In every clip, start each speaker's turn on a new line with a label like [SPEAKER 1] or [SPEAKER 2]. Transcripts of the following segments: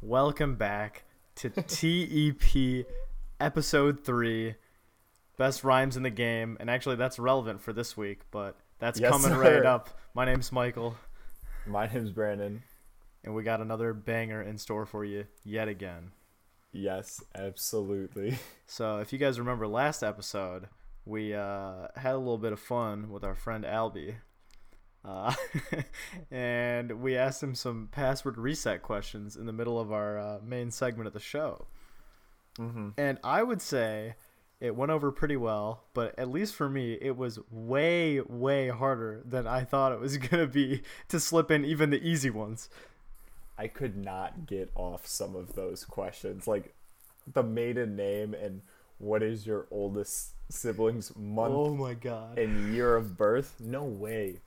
[SPEAKER 1] Welcome back to TEP episode 3 Best Rhymes in the Game. And actually, that's relevant for this week, but that's
[SPEAKER 2] Yes,
[SPEAKER 1] coming
[SPEAKER 2] sir.
[SPEAKER 1] right up. My name's Michael,
[SPEAKER 2] My name's Brandon.
[SPEAKER 1] and we got another banger in store for you yet again.
[SPEAKER 2] Yes, absolutely.
[SPEAKER 1] So, if you guys remember last episode, we uh, had a little bit of fun with our friend Albie. Uh, and we asked him some password reset questions in the middle of our uh, main segment of the show.
[SPEAKER 2] Mm-hmm.
[SPEAKER 1] And I would say it went over pretty well, but at least for me, it was way, way harder than I thought it was going to be to slip in even the easy ones.
[SPEAKER 2] I could not get off some of those questions, like the maiden name and what is your oldest sibling's month
[SPEAKER 1] Oh my God.
[SPEAKER 2] and year of birth? No way.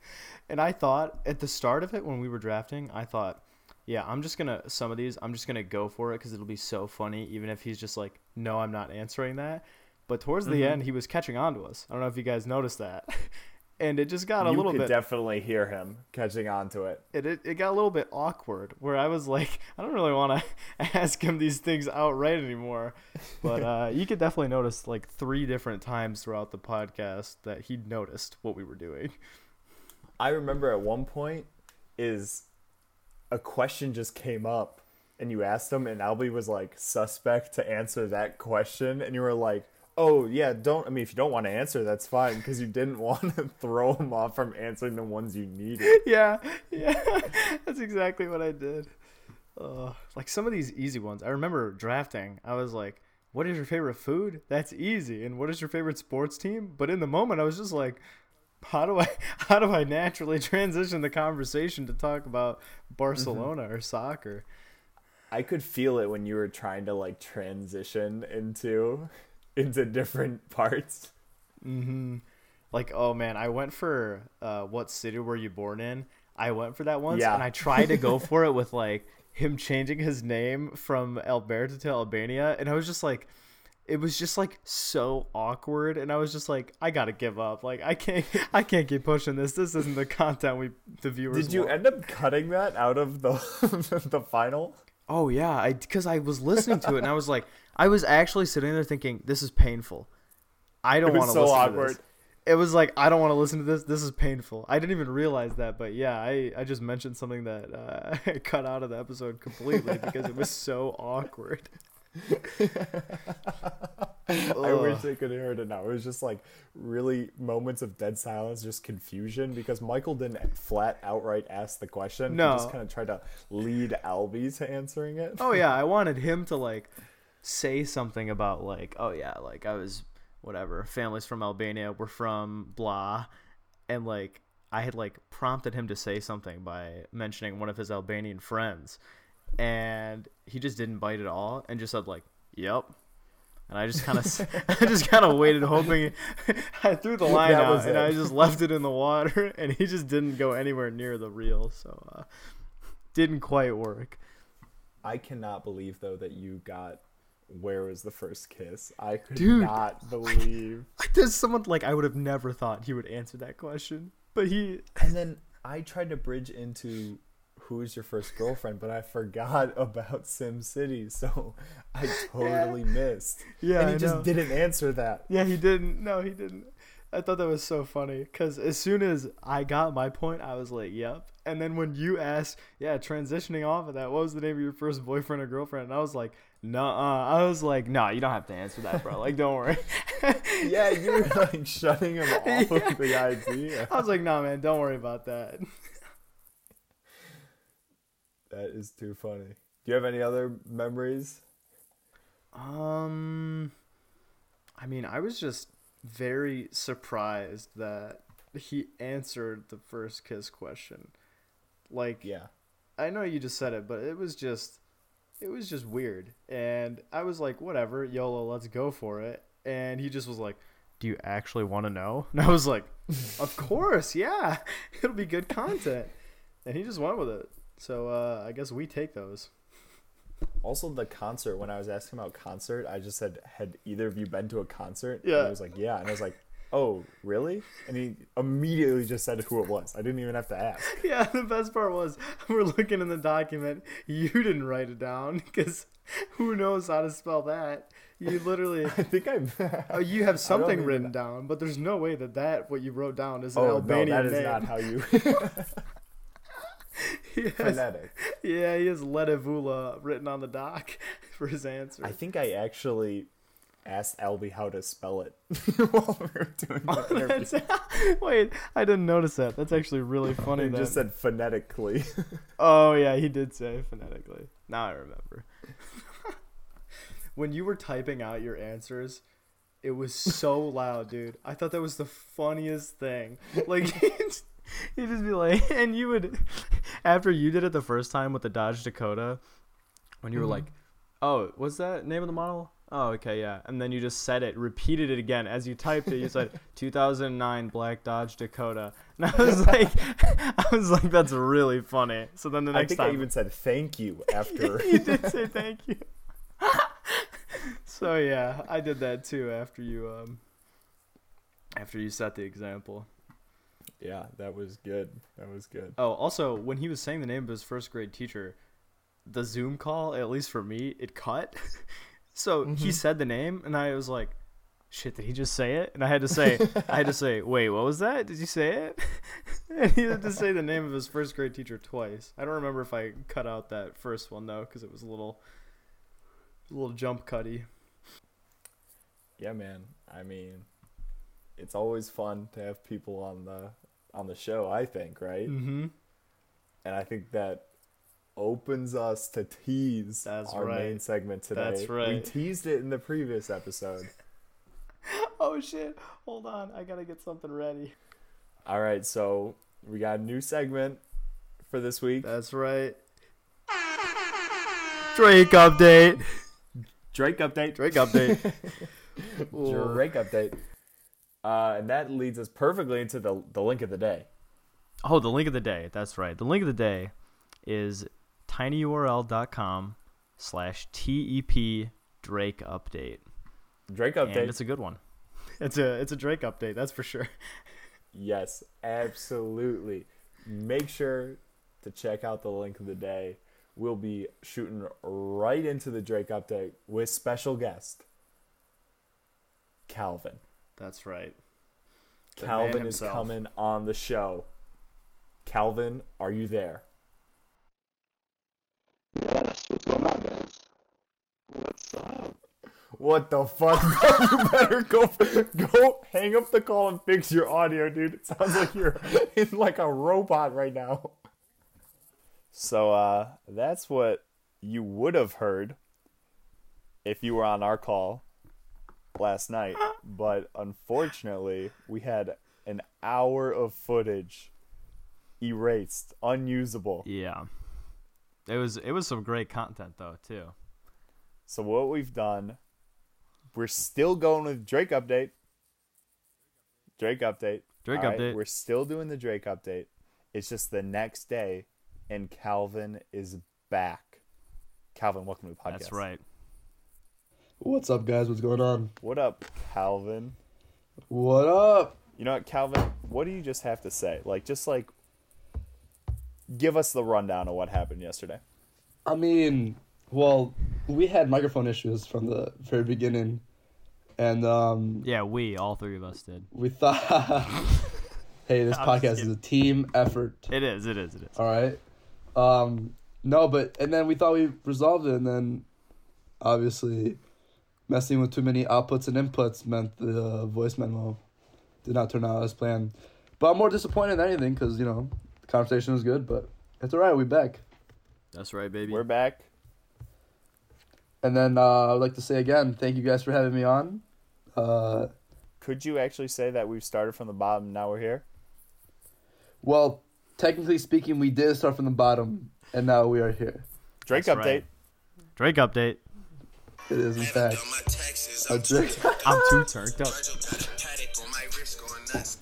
[SPEAKER 1] And I thought at the start of it when we were drafting, I thought, yeah, I'm just going to, some of these, I'm just going to go for it because it'll be so funny, even if he's just like, no, I'm not answering that. But towards the
[SPEAKER 2] Mm-hmm.
[SPEAKER 1] end, he was catching on to us. I don't know if you guys noticed that. and it just got a
[SPEAKER 2] you
[SPEAKER 1] little
[SPEAKER 2] could
[SPEAKER 1] bit.
[SPEAKER 2] definitely hear him catching on to it.
[SPEAKER 1] it, it, it got a little bit awkward where I was like, I don't really want to ask him these things outright anymore. But uh, you could definitely notice like three different times throughout the podcast that he noticed what we were doing.
[SPEAKER 2] I remember at one point is a question just came up and you asked him and Albie was like suspect to answer that question and you were like, "Oh, yeah, don't I mean if you don't want to answer, that's fine because you didn't want to throw him off from answering the ones you needed."
[SPEAKER 1] yeah, yeah, that's exactly what I did. Uh, like some of these easy ones, I remember drafting. I was like, "What is your favorite food?" That's easy. And what is your favorite sports team? But in the moment, I was just like, "How do I? How do I naturally transition the conversation to talk about Barcelona or soccer?"
[SPEAKER 2] I could feel it when you were trying to like transition into into different parts.
[SPEAKER 1] hmm Like, oh man, I went for uh, what city were you born in? I went for that once,
[SPEAKER 2] Yeah.
[SPEAKER 1] and I tried to go for it with like him changing his name from Alberta to Albania, and I was just like, it was just like so awkward, and I was just like, I gotta give up. Like, I can't, I can't keep pushing this. This isn't the content we the viewers.
[SPEAKER 2] Did you
[SPEAKER 1] want.
[SPEAKER 2] end up cutting that out of the the final?
[SPEAKER 1] Oh yeah, I because I was listening to it and I was like, I was actually sitting there thinking, this is painful. I don't
[SPEAKER 2] was
[SPEAKER 1] want to
[SPEAKER 2] so
[SPEAKER 1] listen to
[SPEAKER 2] awkward.
[SPEAKER 1] this. It was like I don't want to listen to this. This is painful. I didn't even realize that, but yeah, I, I just mentioned something that uh, I cut out of the episode completely because it was so awkward.
[SPEAKER 2] I wish
[SPEAKER 1] Ugh.
[SPEAKER 2] they could hear it now. It was just like really moments of dead silence, just confusion because Michael didn't flat outright ask the question.
[SPEAKER 1] No.
[SPEAKER 2] He just kind of tried to lead Albie to answering it.
[SPEAKER 1] oh yeah, I wanted him to like say something about like, oh yeah, like I was whatever, families from Albania, we're from blah, and like I had like prompted him to say something by mentioning one of his Albanian friends, and he just didn't bite at all and just said like, yep. And I just kind of, I just kind of waited, hoping. I threw the line
[SPEAKER 2] That
[SPEAKER 1] out,
[SPEAKER 2] was
[SPEAKER 1] and
[SPEAKER 2] it.
[SPEAKER 1] I just left it in the water, and he just didn't go anywhere near the reel, so uh, didn't quite work.
[SPEAKER 2] I cannot believe though that you got where was the first kiss. I could
[SPEAKER 1] Dude.
[SPEAKER 2] not believe.
[SPEAKER 1] There's someone like I would have never thought he would answer that question, but he.
[SPEAKER 2] and then I tried to bridge into who's your first girlfriend, but I forgot about Sim City, so I totally missed.
[SPEAKER 1] Yeah,
[SPEAKER 2] and
[SPEAKER 1] I
[SPEAKER 2] he just
[SPEAKER 1] know.
[SPEAKER 2] didn't answer that.
[SPEAKER 1] Yeah, he didn't. No, he didn't. I thought that was so funny because as soon as I got my point, I was like, "Yep." And then when you asked, "Yeah, transitioning off of that, what was the name of your first boyfriend or girlfriend?" and I was like, "Nah," I was like, "Nah, you don't have to answer that, bro. Like, don't worry."
[SPEAKER 2] Yeah, you were like shutting him off of the idea.
[SPEAKER 1] I was like, "Nah, man, don't worry about that."
[SPEAKER 2] That is too funny. Do you have any other memories?
[SPEAKER 1] Um, I mean, I was just very surprised that he answered the first kiss question. Like,
[SPEAKER 2] Yeah.
[SPEAKER 1] I know you just said it, but it was just, it was just weird. And I was like, whatever, YOLO, let's go for it. And he just was like, do you actually want to know? And I was like, of course, yeah, it'll be good content. And he just went with it. So uh, I guess we take those.
[SPEAKER 2] Also, the concert. When I was asking about concert, I just said, "Had either of you been to a concert?" And
[SPEAKER 1] Yeah.
[SPEAKER 2] he was like, "Yeah," and I was like, "Oh, really?" And he immediately just said who it was. I didn't even have to ask.
[SPEAKER 1] Yeah, the best part was we're looking in the document. You didn't write it down because who knows how to spell that? You literally,
[SPEAKER 2] I think I.
[SPEAKER 1] oh, you have something
[SPEAKER 2] even-
[SPEAKER 1] written down, but there's no way that that what you wrote down is an
[SPEAKER 2] oh no,
[SPEAKER 1] Albanian
[SPEAKER 2] that is
[SPEAKER 1] name.
[SPEAKER 2] not how you
[SPEAKER 1] He has-
[SPEAKER 2] phonetic.
[SPEAKER 1] yeah, he has Ledevula written on the doc for his answer.
[SPEAKER 2] I think I actually asked Albie how to spell it while we were doing the interview.
[SPEAKER 1] Oh, That's- Wait, I didn't notice that. That's actually really funny.
[SPEAKER 2] He
[SPEAKER 1] then.
[SPEAKER 2] just said phonetically.
[SPEAKER 1] Oh yeah, he did say phonetically. Now I remember. when you were typing out your answers, it was so loud, dude. I thought that was the funniest thing. Like he'd just he'd just be like, and you would, after you did it the first time with the Dodge Dakota, when you were like, oh, what's that name of the model? Oh, okay, yeah. And then you just said it, repeated it again as you typed it. You said 2009 Black Dodge Dakota, and I was like, I was like, that's really funny. So then the
[SPEAKER 2] I
[SPEAKER 1] next
[SPEAKER 2] think
[SPEAKER 1] time,
[SPEAKER 2] I even said thank you after.
[SPEAKER 1] you did say thank you. so yeah, I did that too after you um after you set the example.
[SPEAKER 2] yeah, that was good. That was good.
[SPEAKER 1] Oh, also when he was saying the name of his first grade teacher, the Zoom call, at least for me, it cut. so he said the name and I was like, shit, did he just say it? And I had to say I had to say, "Wait, what was that? Did you say it?" and he had to say the name of his first grade teacher twice. I don't remember if I cut out that first one though cuz it was a little a little jump cutty.
[SPEAKER 2] Yeah, man. I mean, it's always fun to have people on the on the show. I think, right?
[SPEAKER 1] Mm-hmm.
[SPEAKER 2] And I think that opens us to tease
[SPEAKER 1] That's
[SPEAKER 2] our main
[SPEAKER 1] right.
[SPEAKER 2] segment today.
[SPEAKER 1] That's
[SPEAKER 2] We
[SPEAKER 1] right.
[SPEAKER 2] teased it in the previous episode.
[SPEAKER 1] Oh shit! Hold on, I gotta get something ready.
[SPEAKER 2] All right, so we got a new segment for this week.
[SPEAKER 1] That's right. Drake update.
[SPEAKER 2] Drake update.
[SPEAKER 1] Drake update.
[SPEAKER 2] Drake update. Uh, and that leads us perfectly into the the link of the day.
[SPEAKER 1] Oh, the link of the day. That's right. The link of the day is tinyurl.com slash tep Drake update,
[SPEAKER 2] Drake
[SPEAKER 1] and
[SPEAKER 2] update.
[SPEAKER 1] it's a good one. It's a it's a Drake update. That's for sure.
[SPEAKER 2] Yes, absolutely. Make sure to check out the link of the day. We'll be shooting right into the Drake update with special guest Calvin.
[SPEAKER 1] That's right. The man
[SPEAKER 2] Calvin is
[SPEAKER 1] himself.
[SPEAKER 2] coming on the show. Calvin, are you there?
[SPEAKER 3] Yes, what's going on, guys? What's up?
[SPEAKER 2] What the fuck? bro? you better go go hang up the call and fix your audio, dude. It sounds like you're in like a robot right now. So uh that's what you would have heard if you were on our call last night, but unfortunately, we had an hour of footage erased, unusable.
[SPEAKER 1] Yeah. It was it was some great content though too.
[SPEAKER 2] So what we've done, we're still going with Drake update. Drake update.
[SPEAKER 1] Drake
[SPEAKER 2] All right,
[SPEAKER 1] update.
[SPEAKER 2] We're still doing the Drake update. It's just the next day, and Calvin is back. Calvin, welcome to the podcast.
[SPEAKER 1] That's right.
[SPEAKER 3] What's up, guys? What's going on?
[SPEAKER 2] What up, Calvin?
[SPEAKER 3] What up?
[SPEAKER 2] You know what, Calvin? What do you just have to say? Like, just like, give us the rundown of what happened yesterday.
[SPEAKER 3] I mean, well, we had microphone issues from the very beginning, and um,
[SPEAKER 1] Yeah, we all three of us did.
[SPEAKER 3] we thought, hey, this podcast is a team effort.
[SPEAKER 1] It is. It is. It is.
[SPEAKER 3] All right. Um, no, but and then we thought we resolved it, and then obviously messing with too many outputs and inputs meant the uh, voice memo did not turn out as planned. But I'm more disappointed than anything because you know the conversation was good, but it's all right. We back.
[SPEAKER 1] That's right, baby.
[SPEAKER 2] We're back.
[SPEAKER 3] And then uh, I'd like to say again, thank you guys for having me on. Uh,
[SPEAKER 2] Could you actually say that we've started from the bottom? and Now we're here.
[SPEAKER 3] well, technically speaking, we did start from the bottom, and now we are here.
[SPEAKER 2] Drake
[SPEAKER 1] That's
[SPEAKER 2] update.
[SPEAKER 1] right. Drake update.
[SPEAKER 3] It is in
[SPEAKER 4] Done
[SPEAKER 3] fact
[SPEAKER 4] my taxes.
[SPEAKER 3] a
[SPEAKER 4] I'm too
[SPEAKER 3] drink.
[SPEAKER 1] I'm too turned up.
[SPEAKER 4] fragile. Got a paddock on my wrist going nuts.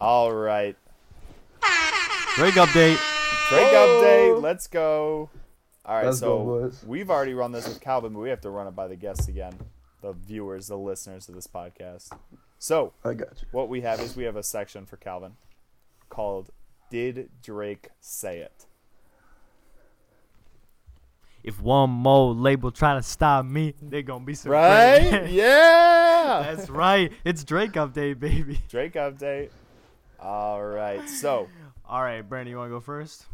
[SPEAKER 2] All right.
[SPEAKER 1] Drake update.
[SPEAKER 2] Break
[SPEAKER 3] Oh.
[SPEAKER 2] update. Let's go. All right,
[SPEAKER 3] Let's
[SPEAKER 2] so
[SPEAKER 3] go, boys.
[SPEAKER 2] we've already run this with Calvin, but we have to run it by the guests again, the viewers, the listeners of this podcast. So
[SPEAKER 3] I got you.
[SPEAKER 2] what we have is we have a section for Calvin called "Did Drake Say It?"
[SPEAKER 1] If one more label try to stop me, they're gonna be so
[SPEAKER 2] Right?
[SPEAKER 1] pretty.
[SPEAKER 2] yeah.
[SPEAKER 1] That's right. It's Drake update, baby.
[SPEAKER 2] Drake update. All right. So
[SPEAKER 1] All right, Brandon, you wanna go first?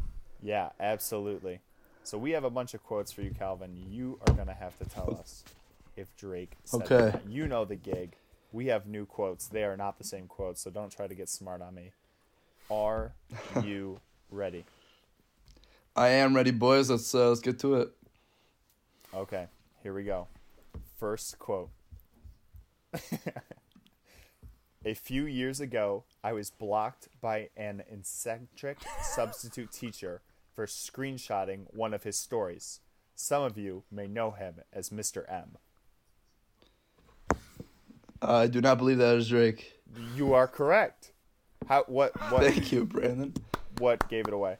[SPEAKER 2] yeah, absolutely. So we have a bunch of quotes for you, Calvin. You are gonna have to tell us if Drake. Said it or
[SPEAKER 3] Okay.
[SPEAKER 2] not. You know the gig. We have new quotes. They are not the same quotes, so don't try to get smart on me. Are you ready?
[SPEAKER 3] I am ready, boys. Let's uh, let's get to it.
[SPEAKER 2] Okay, here we go. First quote. A few years ago, I was blocked by an eccentric substitute teacher for screenshotting one of his stories. Some of you may know him as Mr. M.
[SPEAKER 3] I do not believe that is Drake.
[SPEAKER 2] You are correct. How what what
[SPEAKER 3] Thank you, Brandon.
[SPEAKER 2] what gave it away?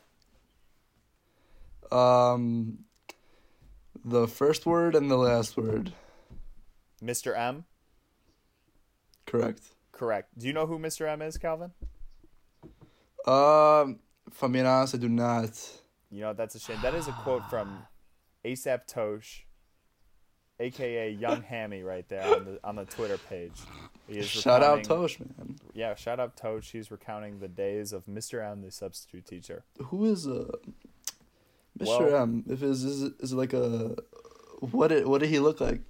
[SPEAKER 3] Um, the first word and the last word.
[SPEAKER 2] Mr. M?
[SPEAKER 3] Correct.
[SPEAKER 2] Correct. Do you know who Mr. M is, Calvin?
[SPEAKER 3] Um, if I'm being honest, I do not.
[SPEAKER 2] You know, that's a shame. That is a quote from ASAP Tosh, aka Young Hammy, right there on the on the Twitter page. He is
[SPEAKER 3] Shout out
[SPEAKER 2] recounting-
[SPEAKER 3] Tosh, man.
[SPEAKER 2] Yeah, shout out Tosh. He's recounting the days of Mr. M, the substitute teacher.
[SPEAKER 3] Who is uh, Mr.
[SPEAKER 2] Well-
[SPEAKER 3] M? If is is it- is it like a what did what did he look like?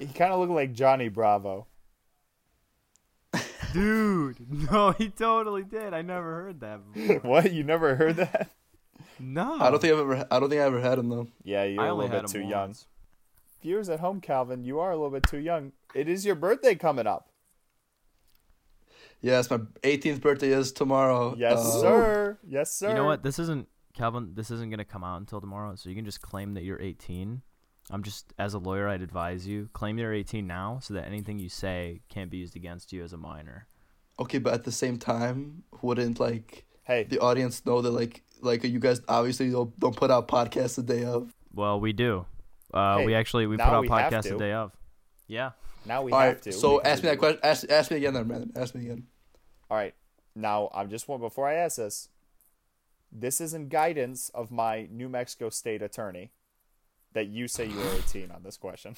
[SPEAKER 2] He kind of looked like Johnny Bravo.
[SPEAKER 1] Dude, no, he totally did. I never heard that before.
[SPEAKER 2] What? You never heard that?
[SPEAKER 1] No.
[SPEAKER 2] Oh.
[SPEAKER 3] I don't think I've ever I don't think I ever had him though.
[SPEAKER 2] Yeah, you're
[SPEAKER 1] I
[SPEAKER 2] a
[SPEAKER 1] only
[SPEAKER 2] little
[SPEAKER 1] had
[SPEAKER 2] bit too
[SPEAKER 1] him
[SPEAKER 2] young.
[SPEAKER 1] once.
[SPEAKER 2] Viewers at home, Calvin, you are a little bit too young. It is your birthday coming up.
[SPEAKER 3] Yes, my 18th birthday is tomorrow.
[SPEAKER 2] Yes,
[SPEAKER 3] Uh,
[SPEAKER 2] sir. Yes, sir.
[SPEAKER 1] You know what? This isn't Calvin. This isn't gonna come out until tomorrow, so you can just claim that you're 18. I'm just as a lawyer, I'd advise you claim you're 18 now, so that anything you say can't be used against you as a minor.
[SPEAKER 3] Okay, but at the same time, wouldn't like
[SPEAKER 2] Hey,
[SPEAKER 3] the audience know that like like you guys obviously don't, don't put out podcasts the day of.
[SPEAKER 1] Well, we do. Uh,
[SPEAKER 2] Hey,
[SPEAKER 1] we actually we put
[SPEAKER 2] now
[SPEAKER 1] out
[SPEAKER 2] we have
[SPEAKER 1] podcasts the
[SPEAKER 2] to.
[SPEAKER 1] day of. Yeah.
[SPEAKER 2] now we
[SPEAKER 3] All
[SPEAKER 2] have
[SPEAKER 3] right,
[SPEAKER 2] to.
[SPEAKER 3] so
[SPEAKER 2] because
[SPEAKER 3] ask me
[SPEAKER 2] we-
[SPEAKER 3] that question. Ask, ask me again, then, Brandon. Ask me again.
[SPEAKER 2] All right. Now, I'm just want before I ask this. This isn't guidance of my New Mexico state attorney that you say you are 18 on this question.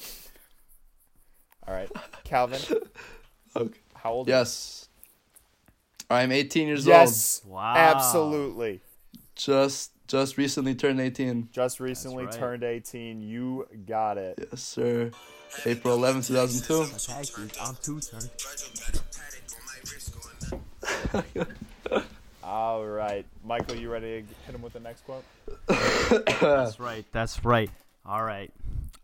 [SPEAKER 2] All right. Calvin,
[SPEAKER 3] Okay.
[SPEAKER 2] how old
[SPEAKER 3] Yes, I am 18 years old.
[SPEAKER 2] Yes.
[SPEAKER 1] Wow.
[SPEAKER 2] Absolutely.
[SPEAKER 3] Just just recently turned 18.
[SPEAKER 2] Just recently
[SPEAKER 1] right.
[SPEAKER 2] turned 18. You got it.
[SPEAKER 3] Yes, sir. April 11, 2002.
[SPEAKER 4] Virgil got a paddock on my wrist going nuts.
[SPEAKER 2] All right. Michael, you ready to hit him with the next quote?
[SPEAKER 1] That's right. That's right. All right.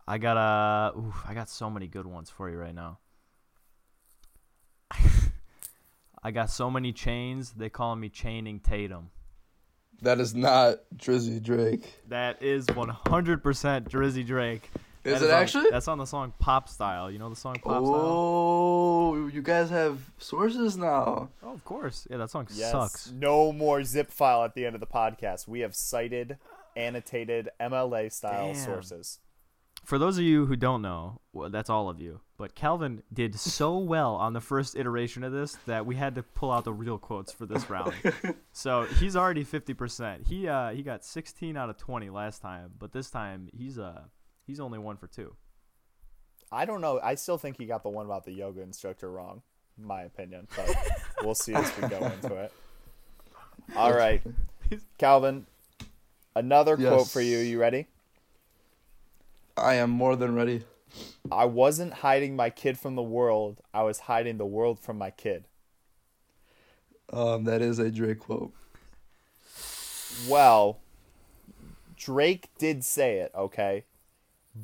[SPEAKER 1] I got uh, oof, I got so many good ones for you right now. I got so many chains. They call me chaining Tatum.
[SPEAKER 3] That is not Drizzy Drake.
[SPEAKER 1] That is 100% Drizzy Drake.
[SPEAKER 3] Is
[SPEAKER 1] That
[SPEAKER 3] it
[SPEAKER 1] on-
[SPEAKER 3] actually?
[SPEAKER 1] That's on the song Pop Style. You know the song Pop Style?
[SPEAKER 3] Oh, you guys have sources now.
[SPEAKER 1] Oh, of course. Yeah, that song
[SPEAKER 2] Yes.
[SPEAKER 1] sucks.
[SPEAKER 2] No more zip file at the end of the podcast. We have cited, annotated, MLA style
[SPEAKER 1] Damn.
[SPEAKER 2] sources.
[SPEAKER 1] For those of you who don't know, well, that's all of you. But Calvin did so well on the first iteration of this that we had to pull out the real quotes for this round. so he's already 50%. He uh, he got 16 out of 20 last time, but this time he's uh he's only one for two.
[SPEAKER 2] I don't know. I still think he got the one about the yoga instructor wrong, my opinion. But we'll see as we go into it. All right, Calvin. Another
[SPEAKER 3] Yes.
[SPEAKER 2] quote for you. You ready?
[SPEAKER 3] I am more than ready.
[SPEAKER 2] I wasn't hiding my kid from the world. I was hiding the world from my kid.
[SPEAKER 3] Um, that is a Drake quote.
[SPEAKER 2] Well, Drake did say it, okay?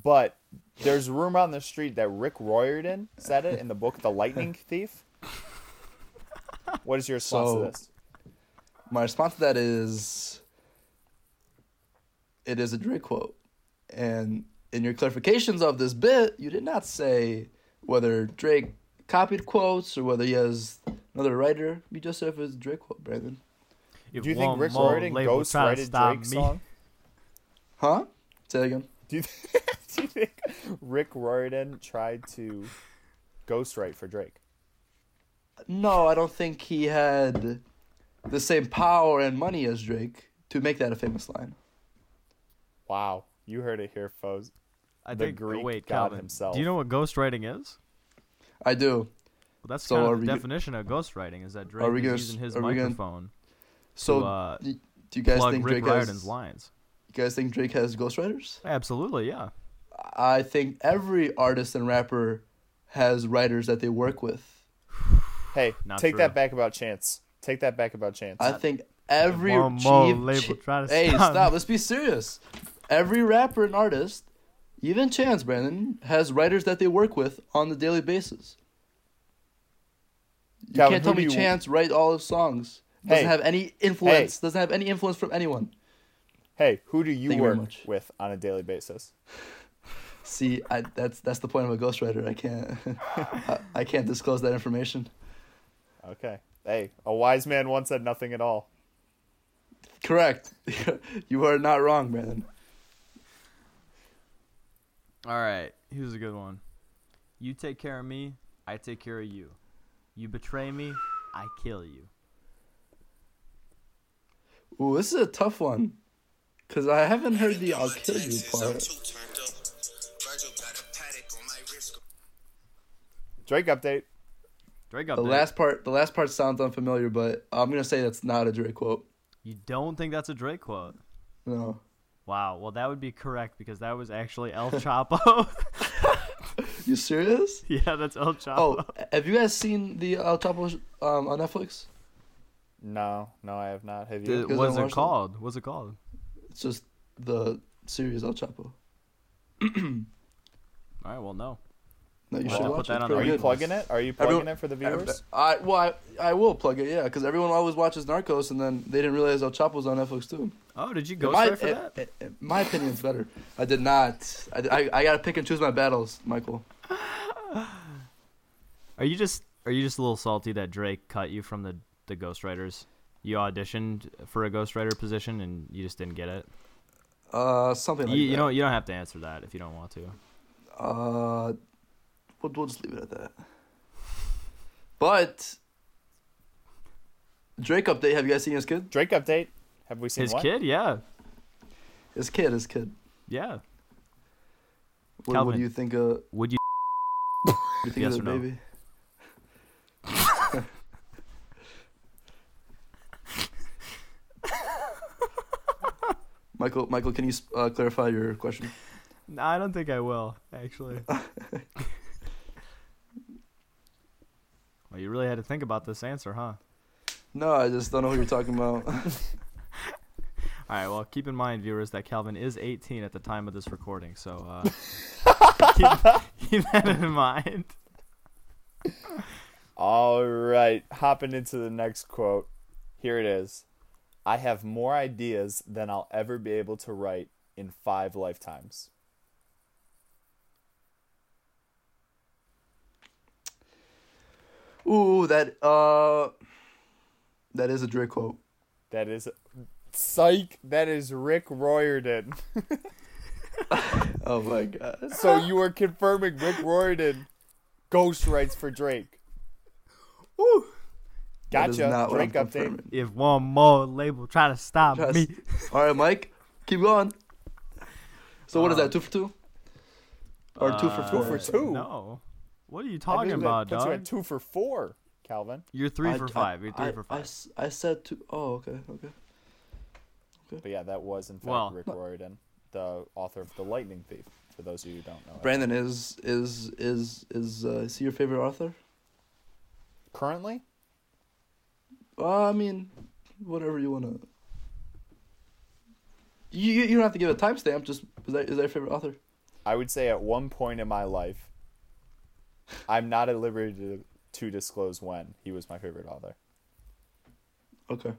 [SPEAKER 2] But there's rumor on the street that Rick Riordan said it in the book The Lightning Thief. What is your response
[SPEAKER 3] So-
[SPEAKER 2] to this?
[SPEAKER 3] My response to that is it is a Drake quote. And in your clarifications of this bit, you did not say whether Drake copied quotes or whether he has another writer. You just said if it's a Drake quote, Brandon.
[SPEAKER 1] If
[SPEAKER 2] Do you think
[SPEAKER 1] one
[SPEAKER 2] Rick
[SPEAKER 1] more
[SPEAKER 2] Riordan
[SPEAKER 1] label try to
[SPEAKER 2] ghostwrited
[SPEAKER 1] stop
[SPEAKER 2] Drake's song?
[SPEAKER 3] Huh? Say that again.
[SPEAKER 2] Do you, th- do you think Rick Riordan tried to ghostwrite for Drake?
[SPEAKER 3] No, I don't think he had the same power and money as Drake to make that a famous line.
[SPEAKER 2] Wow, you heard it here, foes.
[SPEAKER 1] I
[SPEAKER 2] The
[SPEAKER 1] think. oh,
[SPEAKER 2] Greek
[SPEAKER 1] wait,
[SPEAKER 2] god
[SPEAKER 1] Calvin,
[SPEAKER 2] himself.
[SPEAKER 1] Do you know what ghostwriting is?
[SPEAKER 3] I do.
[SPEAKER 1] Well, that's
[SPEAKER 3] So
[SPEAKER 1] kind
[SPEAKER 3] are
[SPEAKER 1] of
[SPEAKER 3] we
[SPEAKER 1] the
[SPEAKER 3] go-
[SPEAKER 1] definition of ghostwriting. Is that Drake
[SPEAKER 3] we
[SPEAKER 1] is
[SPEAKER 3] gonna s-
[SPEAKER 1] using his
[SPEAKER 3] are we gonna
[SPEAKER 1] microphone
[SPEAKER 3] So
[SPEAKER 1] to uh,
[SPEAKER 3] do do you guys
[SPEAKER 1] plug
[SPEAKER 3] think
[SPEAKER 1] Rick
[SPEAKER 3] Drake
[SPEAKER 1] Riordan's
[SPEAKER 3] has?
[SPEAKER 1] lines?
[SPEAKER 3] You guys think Drake has ghostwriters?
[SPEAKER 1] Absolutely, yeah.
[SPEAKER 3] I think every artist and rapper has writers that they work with.
[SPEAKER 2] Hey,
[SPEAKER 1] Not
[SPEAKER 2] take
[SPEAKER 1] true.
[SPEAKER 2] that back about chance. Take that back about chance.
[SPEAKER 3] I think every
[SPEAKER 1] One more
[SPEAKER 3] chief-
[SPEAKER 1] label
[SPEAKER 3] chi-
[SPEAKER 1] try to
[SPEAKER 3] hey
[SPEAKER 1] stop
[SPEAKER 3] stop.
[SPEAKER 1] me.
[SPEAKER 3] Let's be serious. Every rapper and artist, even Chance Brandon, has writers that they work with on a daily basis. You
[SPEAKER 2] Calvin,
[SPEAKER 3] can't tell
[SPEAKER 2] who
[SPEAKER 3] me
[SPEAKER 2] do you-
[SPEAKER 3] Chance write all his songs. Doesn't
[SPEAKER 2] Hey.
[SPEAKER 3] have any influence. Doesn't have any influence from anyone.
[SPEAKER 2] hey, who do you
[SPEAKER 3] Thank you very
[SPEAKER 2] work
[SPEAKER 3] much.
[SPEAKER 2] with on a daily basis?
[SPEAKER 3] See, I, that's that's the point of a ghostwriter. I can't I, I can't disclose that information.
[SPEAKER 2] Okay. Hey, a wise man once said nothing at all.
[SPEAKER 3] Correct. you are not wrong, Brandon.
[SPEAKER 1] All right, here's a good one. You take care of me, I take care of you. You betray me, I kill you.
[SPEAKER 3] Ooh, this is a tough one. Cause I haven't heard the "I'll kill you" part.
[SPEAKER 2] Drake update.
[SPEAKER 1] Drake up
[SPEAKER 3] The last part, the last part sounds unfamiliar, but I'm gonna say that's not a Drake quote.
[SPEAKER 1] You don't think that's a Drake quote?
[SPEAKER 3] No,
[SPEAKER 1] Wow. Well, that would be correct because that was actually El Chapo.
[SPEAKER 3] you serious?
[SPEAKER 1] yeah, that's El Chapo.
[SPEAKER 3] Oh, have you guys seen the El Chapo um, on Netflix?
[SPEAKER 2] No, no, I have not. Have you?
[SPEAKER 1] Dude,
[SPEAKER 3] because I
[SPEAKER 1] what's it
[SPEAKER 3] watched it.
[SPEAKER 1] called? What's it called?
[SPEAKER 3] It's just the series El
[SPEAKER 1] All
[SPEAKER 3] Chapo.
[SPEAKER 1] right. Well, no.
[SPEAKER 3] No, you
[SPEAKER 1] We'll
[SPEAKER 3] should
[SPEAKER 1] put
[SPEAKER 3] watch
[SPEAKER 1] that
[SPEAKER 3] it.
[SPEAKER 1] on
[SPEAKER 3] Pretty
[SPEAKER 1] the
[SPEAKER 2] Are you
[SPEAKER 3] good.
[SPEAKER 1] plug-
[SPEAKER 2] plugging it? Are you plugging
[SPEAKER 3] Everyone-
[SPEAKER 2] it for the viewers?
[SPEAKER 3] I well, I, I will plug it, yeah, because everyone always watches Narcos, and then they didn't realize El Chapo's on Netflix too.
[SPEAKER 1] Oh, did you go
[SPEAKER 3] my,
[SPEAKER 1] straight for
[SPEAKER 3] eh,
[SPEAKER 1] that?
[SPEAKER 3] eh, eh, my opinion's better. I did not. I, I, I gotta pick and choose my battles, Michael.
[SPEAKER 1] Are you just are you just a little salty that Drake cut you from the the ghostwriters? You auditioned for a ghostwriter position and you just didn't get it.
[SPEAKER 3] Uh, something like
[SPEAKER 1] you,
[SPEAKER 3] that.
[SPEAKER 1] you don't you don't have to answer that if you don't want to.
[SPEAKER 3] Uh, we'll, we'll just leave it at that. But Drake update. Have you guys seen his kid?
[SPEAKER 2] Drake update. Have we seen
[SPEAKER 1] His
[SPEAKER 2] what?
[SPEAKER 1] kid, yeah,
[SPEAKER 3] His kid. His kid.
[SPEAKER 1] yeah.
[SPEAKER 3] What, what
[SPEAKER 1] Calvin.
[SPEAKER 3] do you think of? What
[SPEAKER 1] Would you?
[SPEAKER 3] do you think
[SPEAKER 1] Yes
[SPEAKER 3] of the
[SPEAKER 1] or no?
[SPEAKER 3] baby? Michael, Michael, can you uh, clarify your question?
[SPEAKER 1] No, I don't think I will actually. well, you really had to think about this answer, huh?
[SPEAKER 3] No, I just don't know what you're talking about.
[SPEAKER 1] All right. Well, keep in mind, viewers, that Calvin is 18 at the time of this recording, so uh, keep, keep that in mind.
[SPEAKER 2] All right, hopping into the next quote. Here it is. I have more ideas than I'll ever be able to write in five lifetimes.
[SPEAKER 3] Ooh, that uh, that is a Drake quote.
[SPEAKER 2] That is psych. That is Rick Royerton.
[SPEAKER 3] Oh my god.
[SPEAKER 2] So you are confirming Rick Royerton ghost writes for Drake.
[SPEAKER 3] That is
[SPEAKER 2] Gotcha.
[SPEAKER 3] not what I'm
[SPEAKER 2] Drake update.
[SPEAKER 3] confirming.
[SPEAKER 1] If one more label try to stop
[SPEAKER 3] Just-
[SPEAKER 1] me,
[SPEAKER 3] All right, Mike, keep going. So what is
[SPEAKER 1] Uh,
[SPEAKER 3] that? Two for two, or two for four?
[SPEAKER 2] for two?
[SPEAKER 1] no. What are you
[SPEAKER 2] I
[SPEAKER 1] talking
[SPEAKER 2] believe that
[SPEAKER 1] about,
[SPEAKER 2] puts you at
[SPEAKER 1] dog?
[SPEAKER 2] two for four, Calvin.
[SPEAKER 1] You're three
[SPEAKER 3] I-
[SPEAKER 1] for
[SPEAKER 3] I-
[SPEAKER 1] five. You're three
[SPEAKER 3] I-
[SPEAKER 1] for
[SPEAKER 3] I
[SPEAKER 1] five.
[SPEAKER 3] s- I, said two oh okay, okay.
[SPEAKER 2] But yeah, that was in fact
[SPEAKER 1] Well-
[SPEAKER 2] Rick Royerton, the author of The Lightning Thief. For those of you who don't know, it.
[SPEAKER 3] Brandon is is is is uh, is he your favorite author?
[SPEAKER 2] currently
[SPEAKER 3] Uh, I mean, whatever you wanna. You you you don't have to give a timestamp. Just is that is that your favorite author?
[SPEAKER 2] I would say at one point in my life, I'm not at liberty to, to disclose when he was my favorite author.
[SPEAKER 3] Okay.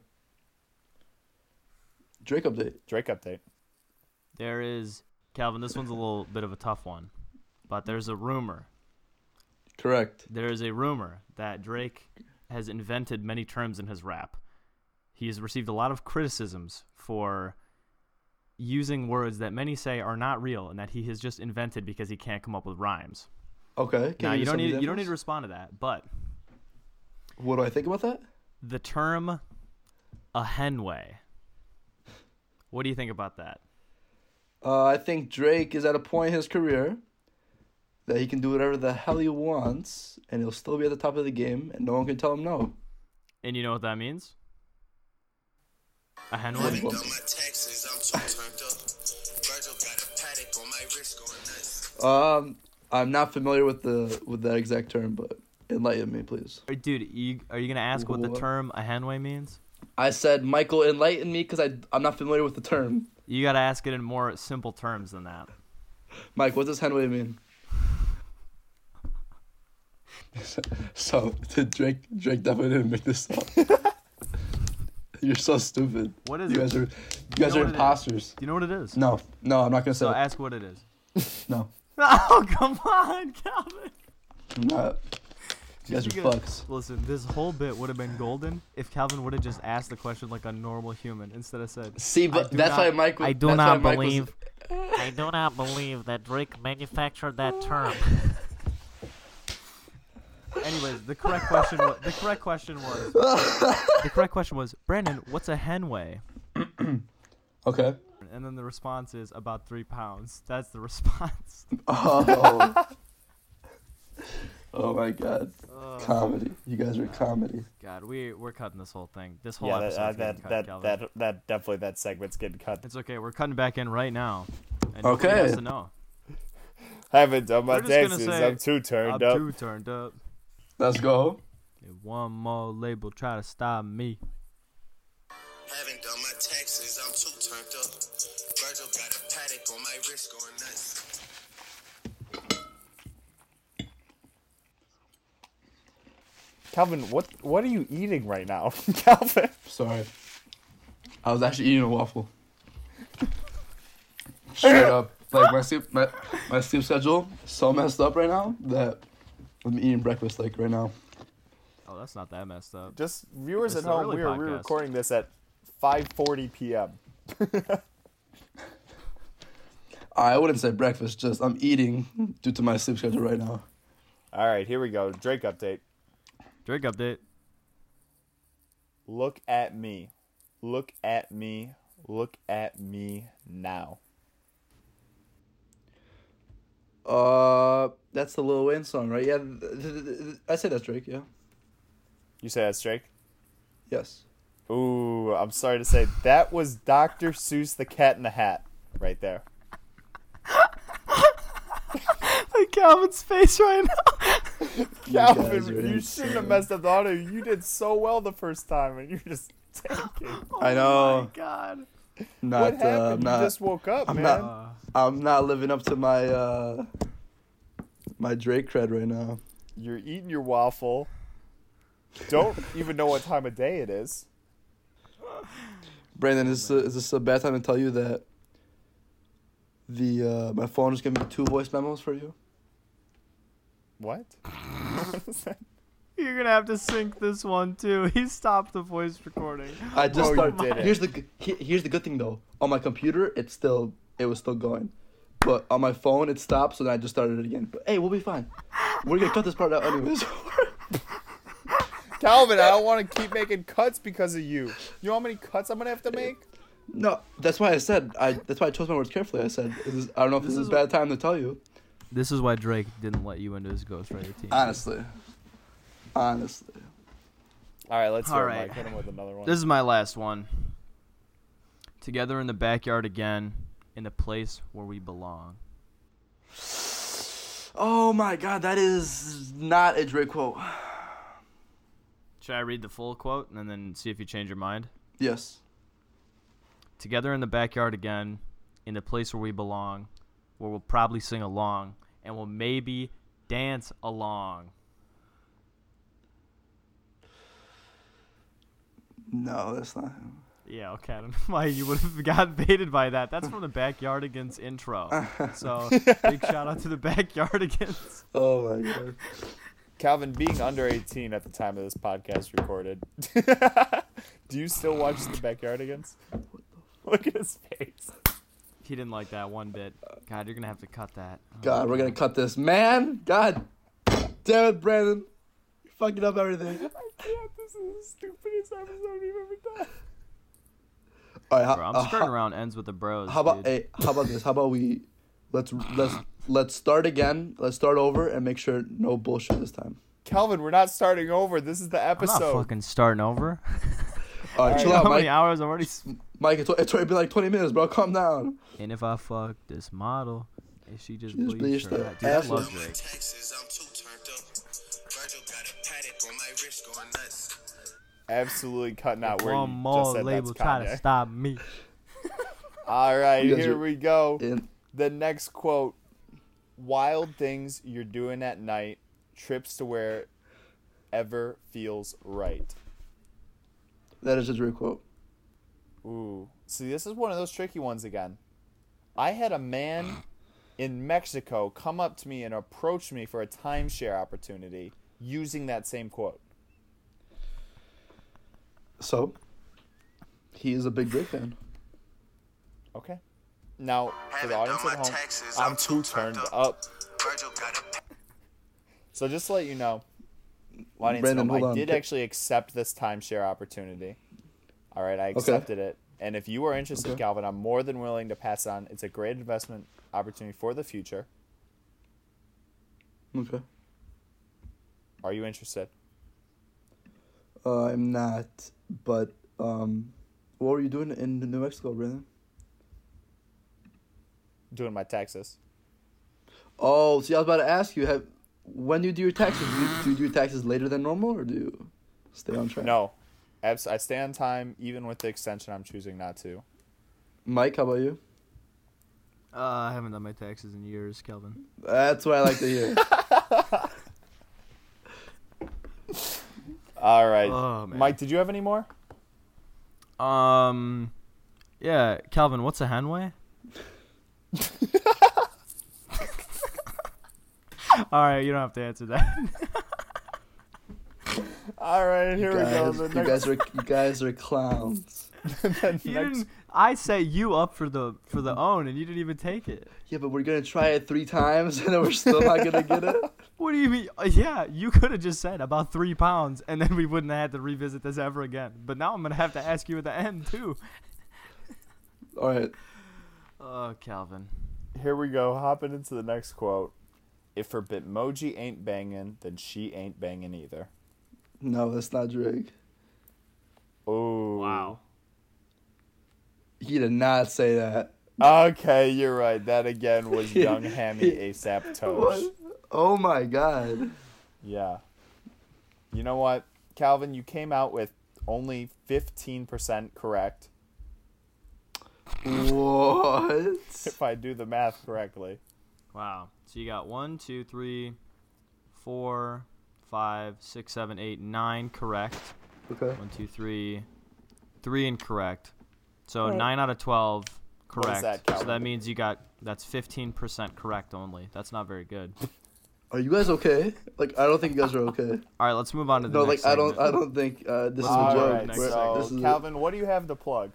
[SPEAKER 3] Drake update.
[SPEAKER 2] Drake update.
[SPEAKER 1] There is Calvin. This one's a little bit of a tough one, but there's a rumor.
[SPEAKER 3] Correct.
[SPEAKER 1] There is a rumor that Drake has invented many terms in his rap. He has received a lot of criticisms for using words that many say are not real and that he has just invented because he can't come up with rhymes.
[SPEAKER 3] Okay. Can
[SPEAKER 1] now you
[SPEAKER 3] give
[SPEAKER 1] don't
[SPEAKER 3] some
[SPEAKER 1] need you don't
[SPEAKER 3] examples?
[SPEAKER 1] need to respond to that, but
[SPEAKER 3] What do I think about that?
[SPEAKER 1] The term a henway. What do you think about that?
[SPEAKER 3] Uh, I think Drake is at a point in his career that he can do whatever the hell he wants, and he'll still be at the top of the game, and no one can tell him no.
[SPEAKER 1] And you know what that means? A
[SPEAKER 4] Money
[SPEAKER 1] henway?
[SPEAKER 4] done my taxes, I'm so turned up. Virgil got a paddock on my wrist going nuts.
[SPEAKER 3] Um, I'm not familiar with the with that exact term, but enlighten me, please.
[SPEAKER 1] Dude, you, are you going to ask what the
[SPEAKER 3] What?
[SPEAKER 1] term a henway means?
[SPEAKER 3] I said Michael, enlighten me, because I I'm not familiar with the term.
[SPEAKER 1] You got to ask it in more simple terms than that.
[SPEAKER 3] Mike, what does Henway mean? so Drake Drake definitely didn't make this up. You're so stupid.
[SPEAKER 1] What is
[SPEAKER 3] you
[SPEAKER 1] it?
[SPEAKER 3] guys are you
[SPEAKER 1] know
[SPEAKER 3] guys
[SPEAKER 1] what
[SPEAKER 3] are
[SPEAKER 1] it is.
[SPEAKER 3] imposters.
[SPEAKER 1] Do you know what it is?
[SPEAKER 3] No, no, I'm not gonna say
[SPEAKER 1] So
[SPEAKER 3] it.
[SPEAKER 1] ask what it is.
[SPEAKER 3] no.
[SPEAKER 1] Oh, come on, Calvin.
[SPEAKER 3] I'm not. You guys are
[SPEAKER 1] You gotta-
[SPEAKER 3] fucks.
[SPEAKER 1] Listen, this whole bit would have been golden if Calvin would have just asked the question like a normal human instead of said.
[SPEAKER 3] See,
[SPEAKER 1] I
[SPEAKER 3] but
[SPEAKER 1] do
[SPEAKER 3] that's
[SPEAKER 1] not-
[SPEAKER 3] why Mike.
[SPEAKER 1] I do
[SPEAKER 3] that's
[SPEAKER 1] not
[SPEAKER 3] why Mike was-
[SPEAKER 1] believe-
[SPEAKER 5] I do not believe that Drake manufactured that term.
[SPEAKER 1] Anyways, the correct question. Was, the correct question was. the correct question was, Brandon, what's a henway?
[SPEAKER 3] okay.
[SPEAKER 1] And then the response is about three pounds. That's the response.
[SPEAKER 3] Oh. oh my god. Comedy. You guys are comedy.
[SPEAKER 1] God, we we're cutting this whole thing. This whole
[SPEAKER 2] Yeah, that, uh,
[SPEAKER 1] episode.
[SPEAKER 2] that, that, that, that definitely that segment's getting cut.
[SPEAKER 1] It's okay. We're cutting back in right now. And
[SPEAKER 3] Okay.
[SPEAKER 1] Has to know.
[SPEAKER 2] haven't done my
[SPEAKER 1] We're just gonna
[SPEAKER 2] taxes.
[SPEAKER 1] say,
[SPEAKER 2] I'm too turned
[SPEAKER 1] I'm
[SPEAKER 2] up.
[SPEAKER 1] too turned up.
[SPEAKER 3] Let's go.
[SPEAKER 1] If one more label try to stop me.
[SPEAKER 4] Haven't done my taxes, I'm too turned up. Virgil got a paddock on my wrist going nuts.
[SPEAKER 2] Calvin, what what are you eating right now, Calvin?
[SPEAKER 3] Sorry. I was actually eating a waffle. Straight up. Like my sleep my, my sleep schedule is so messed up right now that I'm eating breakfast like right now.
[SPEAKER 1] Oh, that's not that messed up.
[SPEAKER 2] Just viewers
[SPEAKER 1] This
[SPEAKER 2] at
[SPEAKER 1] is
[SPEAKER 2] home,
[SPEAKER 1] a
[SPEAKER 2] we
[SPEAKER 1] really
[SPEAKER 2] are we
[SPEAKER 1] podcast.
[SPEAKER 2] are recording this at 5:40 p.m.
[SPEAKER 3] I wouldn't say breakfast, just I'm eating due to my sleep schedule right now.
[SPEAKER 2] All right, here we go. Drake update.
[SPEAKER 1] Drake update.
[SPEAKER 2] Look at me. Look at me. Look at me now.
[SPEAKER 3] Uh that's the Lil Wayne song, right? Yeah, th- th- th- th- I say that's Drake, yeah.
[SPEAKER 2] You say that's Drake?
[SPEAKER 3] Yes.
[SPEAKER 2] Ooh, I'm sorry to say that was Dr. Seuss the Cat in the Hat right there.
[SPEAKER 1] Calvin's face right now.
[SPEAKER 3] guys are
[SPEAKER 2] Calvin, you shouldn't
[SPEAKER 3] insane.
[SPEAKER 2] have messed up the audio. You did so well the first time, and you're just tanking.
[SPEAKER 3] I know.
[SPEAKER 1] God.
[SPEAKER 2] Oh
[SPEAKER 3] Not
[SPEAKER 2] What
[SPEAKER 3] uh,
[SPEAKER 2] happened?
[SPEAKER 3] not
[SPEAKER 2] you just woke up, man.
[SPEAKER 3] not- I'm not living up to my uh my Drake cred right now.
[SPEAKER 2] You're eating your waffle. Don't even know what time of day it is.
[SPEAKER 3] Brandon, is this, a, is this a bad time to tell you that the uh, my phone is gonna be two voice memos for you?
[SPEAKER 2] What?
[SPEAKER 1] You're gonna have to sync this one too. He stopped the voice recording.
[SPEAKER 3] I just
[SPEAKER 2] Oh, you
[SPEAKER 3] started.
[SPEAKER 2] did it.
[SPEAKER 3] here's the g- he- here's the good thing though. On my computer, it's still it was still going, but on my phone it stopped. So then I just started it again. But hey, we'll be fine. We're gonna cut this part out anyways.
[SPEAKER 2] Calvin, I don't want to keep making cuts because of you. You know how many cuts I'm gonna have to make?
[SPEAKER 3] no, that's why I said I. That's why I chose my words carefully. I said this is, I don't know if this,
[SPEAKER 1] This is
[SPEAKER 3] is a bad time to tell you.
[SPEAKER 1] This is why Drake didn't let you into his Ghostwriter team.
[SPEAKER 3] Honestly, honestly.
[SPEAKER 2] All right, let's
[SPEAKER 1] All
[SPEAKER 2] hear it,
[SPEAKER 1] right.
[SPEAKER 2] Mike. Hit him with another one.
[SPEAKER 1] This is my last one. Together in the backyard again, in the place where we belong.
[SPEAKER 3] Oh my God, that is not a Drake quote.
[SPEAKER 1] Should I read the full quote and then see if you change your mind?
[SPEAKER 3] Yes.
[SPEAKER 1] together in the backyard again, in the place where we belong, where we'll probably sing along and we'll maybe dance along.
[SPEAKER 3] No, that's not him.
[SPEAKER 1] Yeah, okay. I don't know why you would have got baited by that. That's from the Backyard Against intro. So big shout out to the Backyard Against.
[SPEAKER 3] Oh my god.
[SPEAKER 2] Calvin, being under 18 at the time of this podcast recorded, do you still watch The Backyard Against? Look at his face.
[SPEAKER 1] He didn't like that one bit. God, you're gonna have to cut that.
[SPEAKER 3] God, we're gonna cut this. Man, god damn it, Brandon. You're fucking up everything.
[SPEAKER 2] this is the stupidest episode we've ever done.
[SPEAKER 3] All right, how,
[SPEAKER 1] Bro, I'm
[SPEAKER 3] uh,
[SPEAKER 1] skirting
[SPEAKER 3] how-
[SPEAKER 1] around ends with the bros.
[SPEAKER 3] how about
[SPEAKER 1] dude.
[SPEAKER 3] hey, how about this? How about we let's let's let's start again. Let's start over and make sure no bullshit this time.
[SPEAKER 2] Calvin, we're not starting over. This is the
[SPEAKER 1] I'm not
[SPEAKER 2] episode.
[SPEAKER 1] fucking starting over.
[SPEAKER 3] All right, chill
[SPEAKER 1] How
[SPEAKER 3] out,
[SPEAKER 1] many
[SPEAKER 3] Mike.
[SPEAKER 1] hours already? s-
[SPEAKER 3] Mike, it's, it's already been like twenty minutes, bro. Calm down.
[SPEAKER 1] And if I fuck this model, and she just
[SPEAKER 3] just
[SPEAKER 1] bleeds
[SPEAKER 3] bleached
[SPEAKER 1] her,
[SPEAKER 3] her
[SPEAKER 1] dude, I
[SPEAKER 3] ass
[SPEAKER 1] love
[SPEAKER 3] up.
[SPEAKER 4] Done my
[SPEAKER 1] Drake.
[SPEAKER 4] taxes, I'm too turned up. Virgil got a paddock on my wrist going nuts.
[SPEAKER 2] Absolutely cutting out where
[SPEAKER 5] One
[SPEAKER 2] you just
[SPEAKER 5] more
[SPEAKER 2] said
[SPEAKER 5] label
[SPEAKER 2] that's
[SPEAKER 5] trying
[SPEAKER 2] Kanye.
[SPEAKER 5] to stop me.
[SPEAKER 2] All right,
[SPEAKER 3] You guys
[SPEAKER 2] here
[SPEAKER 3] are-
[SPEAKER 2] we go.
[SPEAKER 3] And
[SPEAKER 2] The next quote Wild things you're doing at night, trips to where ever feels right.
[SPEAKER 3] that is a direct quote.
[SPEAKER 2] Ooh. See, this is one of those tricky ones again. I had a man in Mexico come up to me and approach me for a timeshare opportunity using that same quote.
[SPEAKER 3] So he is a big dick fan.
[SPEAKER 2] Okay. Now, for the
[SPEAKER 4] Haven't
[SPEAKER 2] audience
[SPEAKER 4] done
[SPEAKER 2] at
[SPEAKER 4] my
[SPEAKER 2] home,
[SPEAKER 4] taxes,
[SPEAKER 2] I'm too turned up.
[SPEAKER 4] Virgil got a paddock.
[SPEAKER 2] So just to let you know, audience
[SPEAKER 3] Brandon,
[SPEAKER 2] at home,
[SPEAKER 3] hold
[SPEAKER 2] I
[SPEAKER 3] on.
[SPEAKER 2] did actually accept this timeshare opportunity. All right, I accepted it. And if you are interested,
[SPEAKER 3] Okay.
[SPEAKER 2] Calvin, I'm more than willing to pass on. It's a great investment opportunity for the future.
[SPEAKER 3] Okay.
[SPEAKER 2] Are you interested?
[SPEAKER 3] Uh, I'm not, but um, what were you doing in New Mexico, Brandon?
[SPEAKER 2] Doing my taxes.
[SPEAKER 3] Oh, see, I was about to ask you, have when do you do your taxes? Do you, do you do your taxes later than normal, or do you stay on track?
[SPEAKER 2] No, abs- I stay on time even with the extension. I'm choosing not to.
[SPEAKER 3] Mike, how about you?
[SPEAKER 1] Uh, I haven't done my taxes in years, Kelvin.
[SPEAKER 3] That's what I like to hear.
[SPEAKER 2] All right,
[SPEAKER 1] Oh, man.
[SPEAKER 2] Mike, did you have any more?
[SPEAKER 1] Um, yeah, Calvin, what's a henway? All right, you don't have to answer that.
[SPEAKER 2] All right, here we go.
[SPEAKER 3] guys,
[SPEAKER 2] The
[SPEAKER 3] you
[SPEAKER 2] next,
[SPEAKER 3] guys are you guys are clowns.
[SPEAKER 2] the
[SPEAKER 1] You
[SPEAKER 2] next-
[SPEAKER 1] didn't, I set you up for the for the own, and you didn't even take it.
[SPEAKER 3] Yeah, but we're gonna try it three times, and then we're still not gonna get it.
[SPEAKER 1] What do you mean? Uh, Yeah, you could have just said about three pounds, and then we wouldn't have had to revisit this ever again. But now I'm gonna have to ask you at the end too.
[SPEAKER 3] All right,
[SPEAKER 1] Oh, Calvin.
[SPEAKER 2] here we go. Hopping into the next quote. If her Bitmoji ain't banging, then she ain't banging either.
[SPEAKER 3] no, that's not Drake.
[SPEAKER 2] Ooh.
[SPEAKER 3] He did not say that.
[SPEAKER 2] Okay, you're right. That again was young Hammy ASAP Tosh.
[SPEAKER 3] What? Oh my god.
[SPEAKER 2] Yeah. You know what, Calvin? You came out with only 15% correct.
[SPEAKER 3] What?
[SPEAKER 2] If I do the math correctly.
[SPEAKER 1] Wow. So you got one, two, three, four, five, six, seven, eight, nine correct.
[SPEAKER 3] Okay.
[SPEAKER 1] One, two, three, three incorrect. So nine out of twelve
[SPEAKER 2] is
[SPEAKER 1] correct.
[SPEAKER 2] that,
[SPEAKER 1] so
[SPEAKER 2] Calvin?
[SPEAKER 1] that means you got that's fifteen percent correct only. That's not very good.
[SPEAKER 3] Are you guys okay? Like, I don't think you guys are okay.
[SPEAKER 1] All right, let's move on to the
[SPEAKER 3] No, like
[SPEAKER 1] next
[SPEAKER 3] I don't,
[SPEAKER 1] segment.
[SPEAKER 3] I don't think uh, this is
[SPEAKER 1] Let's
[SPEAKER 3] a
[SPEAKER 1] move on
[SPEAKER 3] joke.
[SPEAKER 1] to
[SPEAKER 2] All right,
[SPEAKER 1] next
[SPEAKER 3] We're-
[SPEAKER 1] segment.
[SPEAKER 2] so
[SPEAKER 3] this is
[SPEAKER 2] Calvin, what do you have to plug?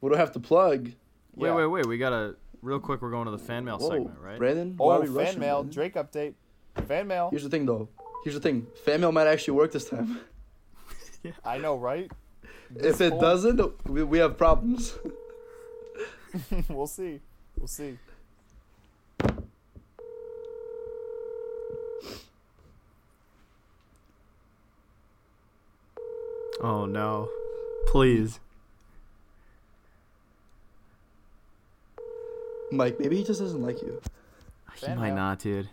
[SPEAKER 3] what do I have to plug?
[SPEAKER 1] Wait,
[SPEAKER 2] Yeah.
[SPEAKER 1] wait, wait. We gotta real quick. We're going to the fan mail
[SPEAKER 3] Whoa,
[SPEAKER 1] segment, right?
[SPEAKER 3] Oh, Brandon? why are
[SPEAKER 2] Oh,
[SPEAKER 3] we
[SPEAKER 2] fan
[SPEAKER 3] rushing,
[SPEAKER 2] mail,
[SPEAKER 3] man?
[SPEAKER 2] Drake update. Fan mail.
[SPEAKER 3] Here's the thing, though. Here's the thing. Fan mail might actually work this time.
[SPEAKER 2] I know, right?
[SPEAKER 3] if it
[SPEAKER 2] whole-
[SPEAKER 3] doesn't, we, we have problems.
[SPEAKER 2] we'll see. We'll see.
[SPEAKER 1] Oh no! Please.
[SPEAKER 3] Mike, maybe he just doesn't like you.
[SPEAKER 1] He
[SPEAKER 2] Fan
[SPEAKER 1] might
[SPEAKER 2] mail.
[SPEAKER 1] not, dude.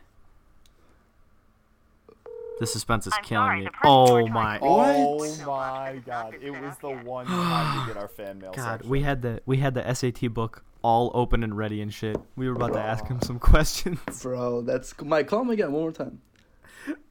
[SPEAKER 1] The suspense is
[SPEAKER 6] I'm
[SPEAKER 1] killing
[SPEAKER 6] sorry,
[SPEAKER 1] me.
[SPEAKER 6] the person you
[SPEAKER 1] Oh
[SPEAKER 6] were
[SPEAKER 1] my!
[SPEAKER 6] talking
[SPEAKER 1] Oh,
[SPEAKER 2] Oh
[SPEAKER 6] What?
[SPEAKER 2] my god. It was the one time we get our fan mail.
[SPEAKER 1] God,
[SPEAKER 2] section.
[SPEAKER 1] we had the we had the SAT book all open and ready and shit. We were about to ask him some questions.
[SPEAKER 3] Bro, that's Mike. Call him again one more time.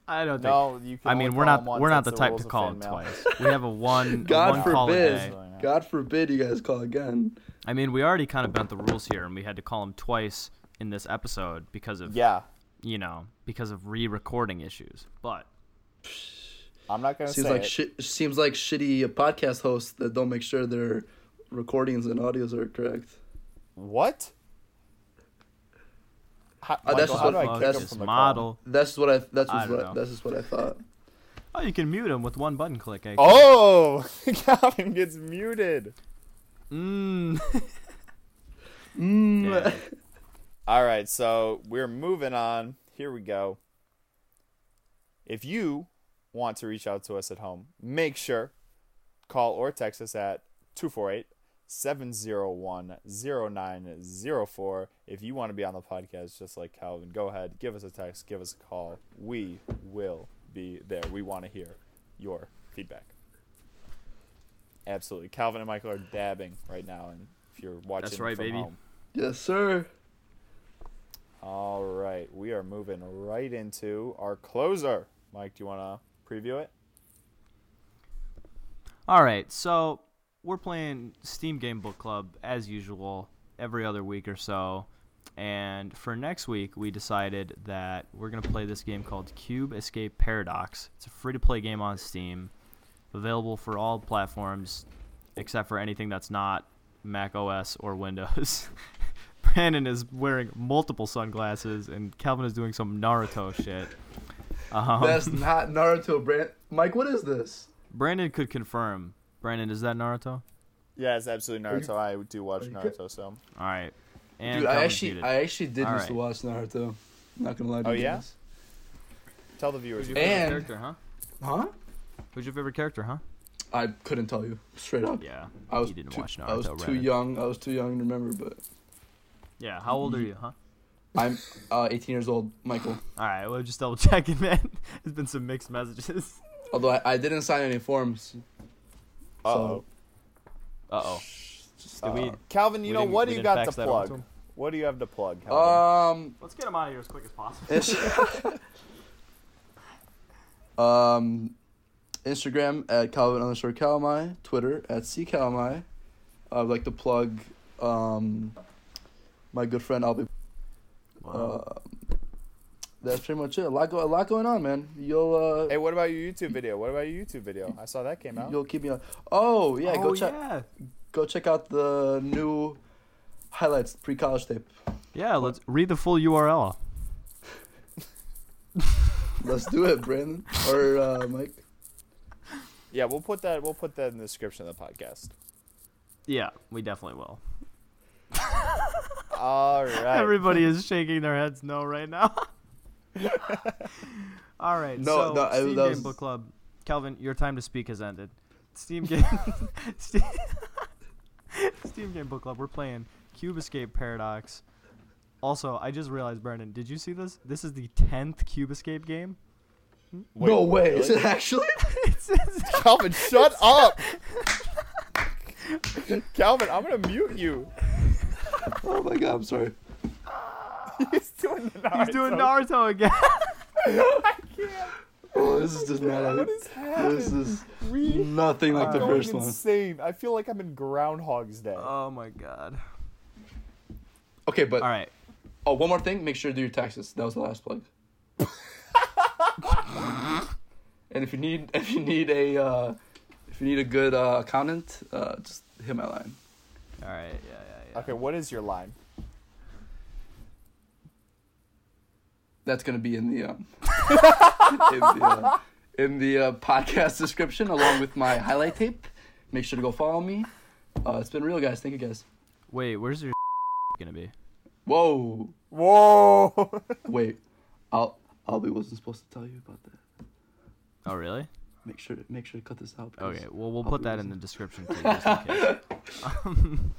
[SPEAKER 1] I don't think.
[SPEAKER 2] No, you can
[SPEAKER 1] I
[SPEAKER 2] only
[SPEAKER 1] mean, we're
[SPEAKER 2] call
[SPEAKER 1] not
[SPEAKER 2] him once.
[SPEAKER 1] we're not
[SPEAKER 2] That's
[SPEAKER 1] the type
[SPEAKER 2] rules
[SPEAKER 1] to
[SPEAKER 2] of
[SPEAKER 1] call
[SPEAKER 2] fan
[SPEAKER 1] him
[SPEAKER 2] mail.
[SPEAKER 1] twice. We have a one
[SPEAKER 3] God
[SPEAKER 1] one call a
[SPEAKER 3] forbid.
[SPEAKER 1] day.
[SPEAKER 3] God forbid you guys call again.
[SPEAKER 1] I mean, we already kind of bent the rules here, and we had to call him twice in this episode because of
[SPEAKER 2] Yeah,
[SPEAKER 1] you know because of re-recording issues. But
[SPEAKER 2] I'm not gonna
[SPEAKER 3] Seems
[SPEAKER 2] say
[SPEAKER 3] like
[SPEAKER 2] it.
[SPEAKER 3] shi- seems like shitty podcast hosts that don't make sure their recordings and audios are correct.
[SPEAKER 2] What? How,
[SPEAKER 3] Uh, that's
[SPEAKER 2] Michael,
[SPEAKER 3] just
[SPEAKER 2] how
[SPEAKER 3] what-
[SPEAKER 2] do I
[SPEAKER 1] fuck
[SPEAKER 3] Oh,
[SPEAKER 2] kick him
[SPEAKER 1] this
[SPEAKER 2] from the call?
[SPEAKER 1] model.
[SPEAKER 3] That's what I. That's
[SPEAKER 1] I
[SPEAKER 3] just what.
[SPEAKER 1] don't know.
[SPEAKER 3] that's just what I thought.
[SPEAKER 1] Oh, you can mute him with one button click. eh?
[SPEAKER 2] Oh, Calvin gets muted.
[SPEAKER 1] Mm.
[SPEAKER 3] Mm.
[SPEAKER 2] Mm.
[SPEAKER 1] Yeah.
[SPEAKER 2] All right, so we're moving on. Here we go. If you want to reach out to us at home, make sure call or text us at 248-701-0904. If you want to be on the podcast just like Calvin, go ahead, give us a text, give us a call. We will be there. We want to hear your feedback. Absolutely. Calvin and Michael are dabbing right now and if you're watching
[SPEAKER 1] right,
[SPEAKER 2] from
[SPEAKER 1] baby.
[SPEAKER 2] home,
[SPEAKER 3] Yes, sir.
[SPEAKER 2] all right, we are moving right into our closer. Mike, do you want to preview it?
[SPEAKER 1] All right, so we're playing Steam Game Book Club as usual every other week or so. And for next week, we decided that we're going to play this game called Cube Escape Paradox. It's a free to play game on Steam, available for all platforms except for anything that's not Mac OS or Windows. Brandon is wearing multiple sunglasses, and Calvin is doing some Naruto shit. Um,
[SPEAKER 3] That's not Naruto, Brand. Mike, what is this?
[SPEAKER 1] Brandon could confirm. Brandon, is that Naruto?
[SPEAKER 2] Yeah, it's absolutely
[SPEAKER 3] you-
[SPEAKER 2] Naruto. I do watch
[SPEAKER 3] are you
[SPEAKER 2] Naruto, so.
[SPEAKER 1] All right. And
[SPEAKER 3] Dude, I actually, I actually did
[SPEAKER 1] All
[SPEAKER 3] used to
[SPEAKER 1] right.
[SPEAKER 3] watch Naruto. Not gonna lie to
[SPEAKER 2] Oh,
[SPEAKER 3] you
[SPEAKER 2] yeah?
[SPEAKER 3] guys.
[SPEAKER 2] Tell the viewers.
[SPEAKER 1] Who's your
[SPEAKER 2] you-
[SPEAKER 1] favorite
[SPEAKER 3] And-
[SPEAKER 1] character, huh?
[SPEAKER 3] Huh?
[SPEAKER 1] Who's your favorite character, huh?
[SPEAKER 3] I couldn't tell you straight up.
[SPEAKER 1] Yeah.
[SPEAKER 3] I was
[SPEAKER 1] you didn't
[SPEAKER 3] too,
[SPEAKER 1] watch Naruto,
[SPEAKER 3] I was too
[SPEAKER 1] right?
[SPEAKER 3] young. I was too young to remember, but
[SPEAKER 1] Yeah. How old are
[SPEAKER 3] Mm-hmm.
[SPEAKER 1] you, huh?
[SPEAKER 3] I'm uh, 18 years old, Michael.
[SPEAKER 1] All right. Well, just double checking, man. There's been some mixed messages.
[SPEAKER 3] Although I, I didn't sign any forms.
[SPEAKER 2] Uh-oh.
[SPEAKER 1] Uh oh.
[SPEAKER 3] Just-
[SPEAKER 1] Did we?
[SPEAKER 2] Uh, Calvin,
[SPEAKER 1] we
[SPEAKER 2] you know,
[SPEAKER 1] didn't-
[SPEAKER 2] what
[SPEAKER 1] we
[SPEAKER 2] do you
[SPEAKER 1] didn't
[SPEAKER 2] got to
[SPEAKER 1] fax that on to
[SPEAKER 2] plug?
[SPEAKER 1] him?
[SPEAKER 2] What do you have to plug,
[SPEAKER 1] Uh,
[SPEAKER 2] Calvin?
[SPEAKER 3] Um,
[SPEAKER 1] Let's get him out of here as quick as possible.
[SPEAKER 3] Inst- um, Instagram at Calvin underscore Calamai, Twitter at C Calamai. I'd like to plug um, my good friend Albie. Uh, that's pretty much it. A lot, go- a lot going on, man. You'll uh,
[SPEAKER 2] hey, what about your YouTube video? What about your YouTube video? I saw that came out.
[SPEAKER 3] you'll keep me on. Oh yeah,
[SPEAKER 1] oh,
[SPEAKER 3] go check
[SPEAKER 1] Yeah.
[SPEAKER 3] go check out the new highlights pre college tape.
[SPEAKER 1] Yeah. Let's read the full URL.
[SPEAKER 3] Let's do it, Brandon or uh, Mike.
[SPEAKER 2] Yeah, we'll put that. We'll put that in the description of the podcast.
[SPEAKER 1] Yeah, we definitely will.
[SPEAKER 2] All right.
[SPEAKER 1] Everybody is shaking their heads no right now. All right.
[SPEAKER 3] No,
[SPEAKER 1] so
[SPEAKER 3] no, I-
[SPEAKER 1] Steam
[SPEAKER 3] that
[SPEAKER 1] Game
[SPEAKER 3] was-
[SPEAKER 1] Book Club. Calvin, your time to speak has ended. Steam Game. Steam, Steam Game Book Club. We're playing Cube Escape Paradox. Also, I just realized, Brandon, did you see this? This is the tenth Cube Escape game.
[SPEAKER 2] Wait,
[SPEAKER 3] no way, is
[SPEAKER 2] really?
[SPEAKER 3] it actually?
[SPEAKER 1] It says-
[SPEAKER 2] Calvin, shut up. Calvin, I'm gonna mute you.
[SPEAKER 3] oh my god, I'm sorry.
[SPEAKER 2] He's doing the Naruto.
[SPEAKER 1] He's doing Naruto again.
[SPEAKER 3] Oh, this is just not.
[SPEAKER 2] What is happening?
[SPEAKER 3] This is
[SPEAKER 2] We
[SPEAKER 3] nothing like the
[SPEAKER 2] going
[SPEAKER 3] first one.
[SPEAKER 2] insane. I feel like I'm in Groundhog's Day.
[SPEAKER 1] oh my god.
[SPEAKER 3] Okay, but
[SPEAKER 1] All right.
[SPEAKER 3] oh, one more thing. Make sure to do your taxes. That was the last plug. and if you need, if you need a, uh, if you need a good uh, accountant, uh, just hit my line.
[SPEAKER 1] All right. Yeah. Yeah. Yeah.
[SPEAKER 2] okay, what is your line?
[SPEAKER 3] That's gonna be in the um, in the, uh, in the uh, podcast description along with my highlight tape. Make sure to go follow me. Uh, it's been real, guys. Thank you, guys.
[SPEAKER 1] Wait. Where's your gonna be?
[SPEAKER 3] Whoa.
[SPEAKER 2] Whoa!
[SPEAKER 3] Wait, I'll Albie wasn't supposed to tell you about that.
[SPEAKER 1] Oh really?
[SPEAKER 3] Make sure to make sure to cut this out. because-
[SPEAKER 1] Okay, well we'll
[SPEAKER 3] I'll
[SPEAKER 1] put
[SPEAKER 3] be
[SPEAKER 1] that in
[SPEAKER 3] using-
[SPEAKER 1] the description for you just in case. Um,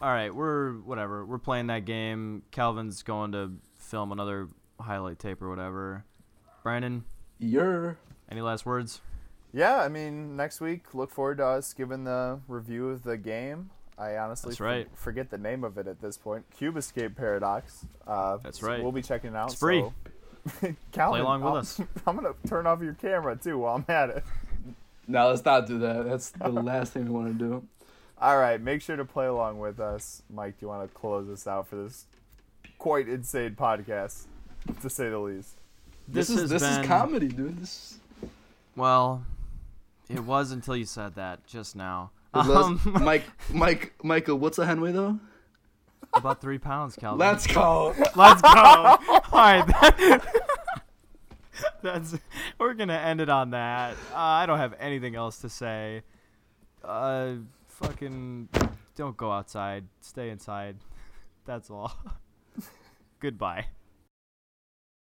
[SPEAKER 1] all right, we're whatever. We're playing that game. Calvin's going to film another highlight tape or whatever. Brandon,
[SPEAKER 3] You're
[SPEAKER 1] any last words?
[SPEAKER 2] yeah, I mean, next week, look forward to us giving the review of the game. I honestly
[SPEAKER 1] That's
[SPEAKER 2] for-
[SPEAKER 1] right.
[SPEAKER 2] forget the name of it at this point. Cube Escape Paradox. Uh,
[SPEAKER 1] That's
[SPEAKER 2] so
[SPEAKER 1] right.
[SPEAKER 2] We'll be checking it out.
[SPEAKER 1] It's free.
[SPEAKER 2] so- Calvin,
[SPEAKER 1] along with
[SPEAKER 2] I'm-
[SPEAKER 1] us.
[SPEAKER 2] I'm gonna turn off your camera too while I'm at it.
[SPEAKER 3] no, let's not do that. That's the last thing we want to do.
[SPEAKER 2] All right, make sure to play along with us. Mike, do you want to close us out for this quite insane podcast, to say the least?
[SPEAKER 3] This, is
[SPEAKER 1] has
[SPEAKER 3] this
[SPEAKER 1] been-
[SPEAKER 3] is comedy, dude. This
[SPEAKER 1] Well, it was until you said that just now.
[SPEAKER 3] is
[SPEAKER 1] Um,
[SPEAKER 3] Mike Mike Michael. What's a Henway though?
[SPEAKER 1] about three pounds, Calvin.
[SPEAKER 3] Let's go.
[SPEAKER 1] Let's go. All right. that- That's we're gonna end it on that. Uh, I don't have anything else to say. Uh, fucking, don't go outside. Stay inside. That's all. Goodbye.